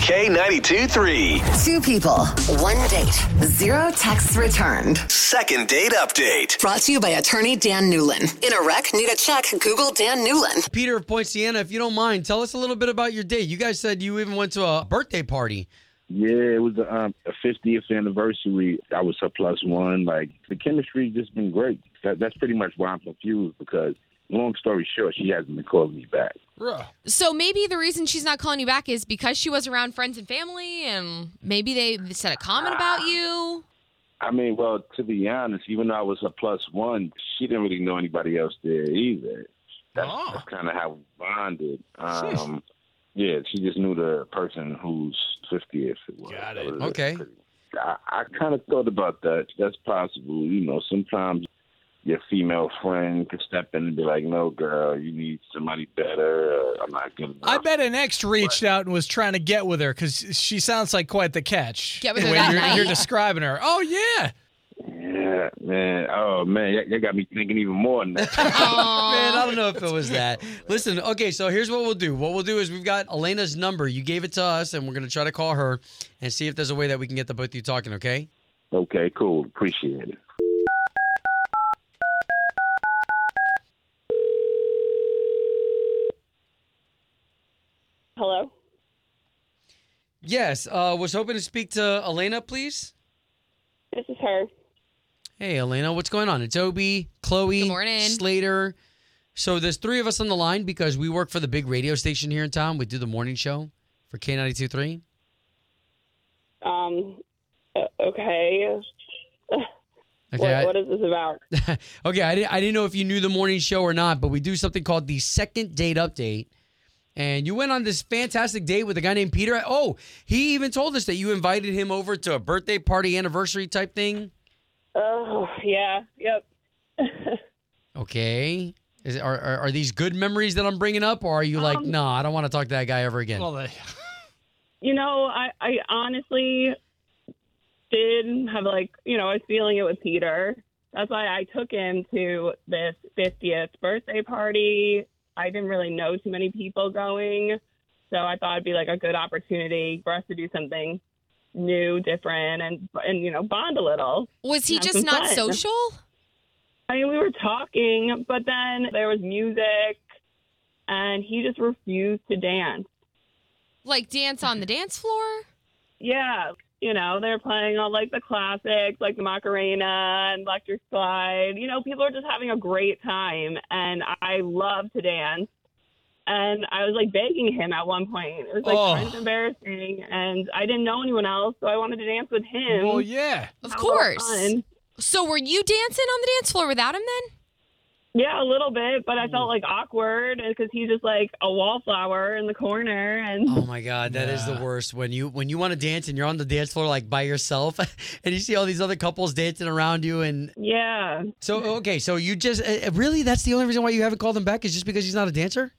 K92 3. Two people, one date, zero texts returned. Second date update. Brought to you by attorney Dan Newlin. In a wreck, need a check, Google Dan Newlin. Peter of Point Siena, if you don't mind, tell us a little bit about your date. You guys said you even went to a birthday party. Yeah, it was the um, 50th anniversary. I was her plus one. Like the chemistry just been great. That, that's pretty much why I'm confused because, long story short, she hasn't been calling me back. So maybe the reason she's not calling you back is because she was around friends and family, and maybe they said a comment about you. I mean, well, to be honest, even though I was a plus one, she didn't really know anybody else there either. That's, Oh. that's kind of how we bonded. Um, yeah, she just knew the person whose 50th it was. Got That it. was Okay. I, I kind of thought about that. That's possible. You know, sometimes your female friend could step in and be like, no, girl, you need somebody better. Uh, I'm not good enough. I bet an ex reached out and was trying to get with her because she sounds like quite the catch. Get with the her way that you're, night. you're describing her. Oh yeah, Yeah, man. Oh, man. That, that got me thinking even more now. Man, I don't know if it was that. Listen, okay, so here's what we'll do. What we'll do is we've got Elena's number. You gave it to us, and we're going to try to call her and see if there's a way that we can get the both of you talking, okay? okay, cool. Appreciate it. Hello? Yes, uh, was hoping to speak to Elena, please. This is her. Hey, Elena, what's going on? It's Obi, Chloe, Good morning. Slater. So there's three of us on the line because we work for the big radio station here in town. We do the morning show for K92.3. Um, uh, okay. Okay, what, I- what is this about? okay, I didn't, I didn't know if you knew the morning show or not, but we do something called the second date update. And you went on this fantastic date with a guy named Peter. Oh, he even told us that you invited him over to a birthday party anniversary type thing. Oh, yeah. Yep. Okay. Is it, are, are, are these good memories that I'm bringing up, or are you Um, like, no, I don't want to talk to that guy ever again? well, they, You know, I, I honestly did have, like, you know, I was feeling it with Peter. That's why I took him to this 50th birthday party. I didn't really know too many people going. So I thought it'd be like a good opportunity for us to do something new, different, and, and you know, bond a little. Was he Have just some not fun. social? I mean, we were talking, but then there was music, and he just refused to dance. Like dance on the dance floor? Yeah, you know, they were playing all like the classics, like the Macarena and Electric Slide. You know, people are just having a great time, and I love to dance. And I was like begging him at one point. It was like Oh. kind of embarrassing, and I didn't know anyone else, so I wanted to dance with him. well, yeah. Of Have a little course. fun. So were you dancing on the dance floor without him then? Yeah, a little bit, but I Mm. felt like awkward because he's just like a wallflower in the corner, and Mm. Oh my god, that is the worst. When you when you want to dance and you're on the dance floor like by yourself, and you see all these other couples dancing around you, and yeah, so okay, so you just uh, really that's the only reason why you haven't called him back is just because he's not a dancer.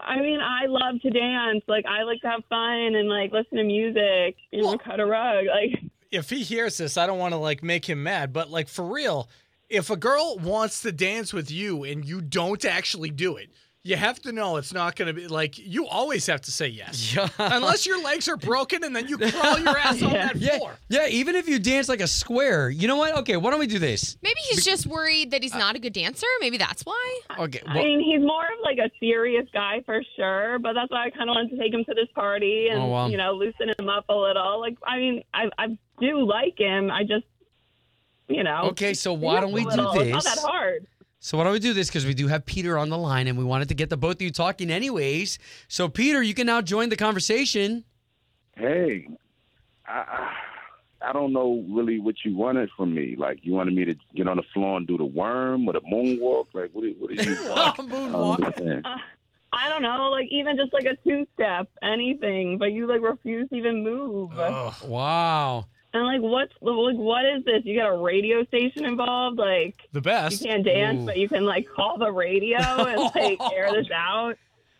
I mean, I love to dance. Like, I like to have fun and like listen to music and Well- cut a rug. Like, If he hears this, I don't want to like make him mad, but like for real, if a girl wants to dance with you and you don't actually do it. You have to know it's not going to be like you always have to say yes, Yeah. unless your legs are broken and then you crawl your ass on that Yeah, floor. yeah. Even if you dance like a square, you know what? Okay, why don't we do this? Maybe he's just worried that he's not a good dancer. Maybe that's why. Okay, I well, mean, he's more of like a serious guy for sure, but that's why I kind of wanted to take him to this party and Oh, wow. you know loosen him up a little. Like, I mean, I I do like him. I just, you know. okay. So why don't we a do little. It's not that this? hard. So why don't we do this? Because we do have Peter on the line, and we wanted to get the both of you talking anyways. So Peter, you can now join the conversation. hey, I, I I don't know really what you wanted from me. Like, you wanted me to get Oh, on the floor and do the worm or the moonwalk? Like, what, do- what do you want? I don't Moonwalk. understand. I don't know, like even just like a two step, anything, but you like refuse to even move. Oh. Wow. And like, what's like, what is this? You got a radio station involved? Like, The you best. can't dance, Ooh. but you can like call the radio and like air this out.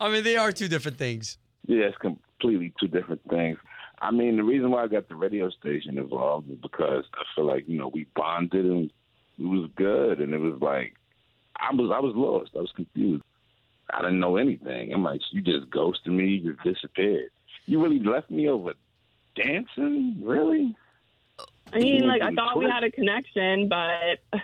I mean, they are two different things. Yeah, it's completely two different things. I mean, the reason why I got the radio station involved is because I feel like you know we bonded and it was good, and it was like I was I was lost, I was confused, I didn't know anything. I'm like, you just ghosted me, you just disappeared. You really left me over dancing, really? I mean, like, I thought we had a connection, but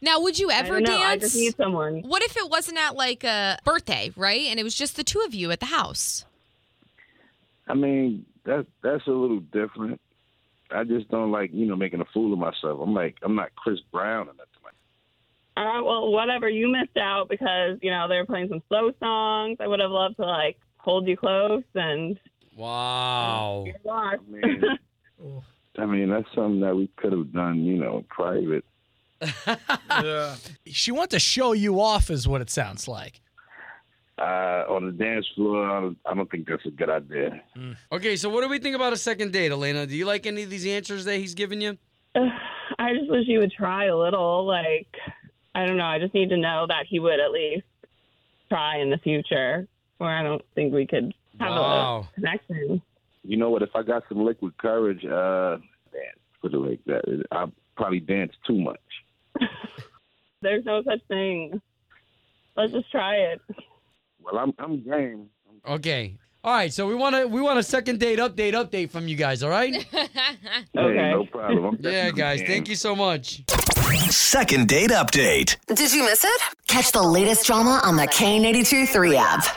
Now, would you I ever don't know. I dance? just need someone. What if it wasn't at like a birthday, right? And it was just the two of you at the house? I mean, that that's a little different. I just don't like you know making a fool of myself. I'm like I'm not Chris Brown or nothing. like All right, Uh, well, whatever. You missed out because you know they were playing some slow songs. I would have loved to like hold you close and Wow. you're lost. I mean, I mean, that's something that we could have done, you know, in private. Yeah. She wanted to show you off, is what it sounds like. Uh, on the dance floor, I don't, I don't think that's a good idea. Okay, so what do we think about a second date, Elena? Do you like any of these answers that he's giving you? I just wish you would try a little. Like, I don't know. I just need to know that he would at least try in the future, or I don't think we could have Wow. a connection. You know what? If I got some liquid courage, uh, dance, put it like that. I probably dance too much. There's no such thing. Let's just try it. Well, I'm I'm game. Okay. All right, so we want to we want a second date update update from you guys, all right? Okay. Hey, no problem. I'm yeah, definitely guys. game. Thank you so much. Second date update. Did you miss it? Catch the latest drama on the K82 3 app.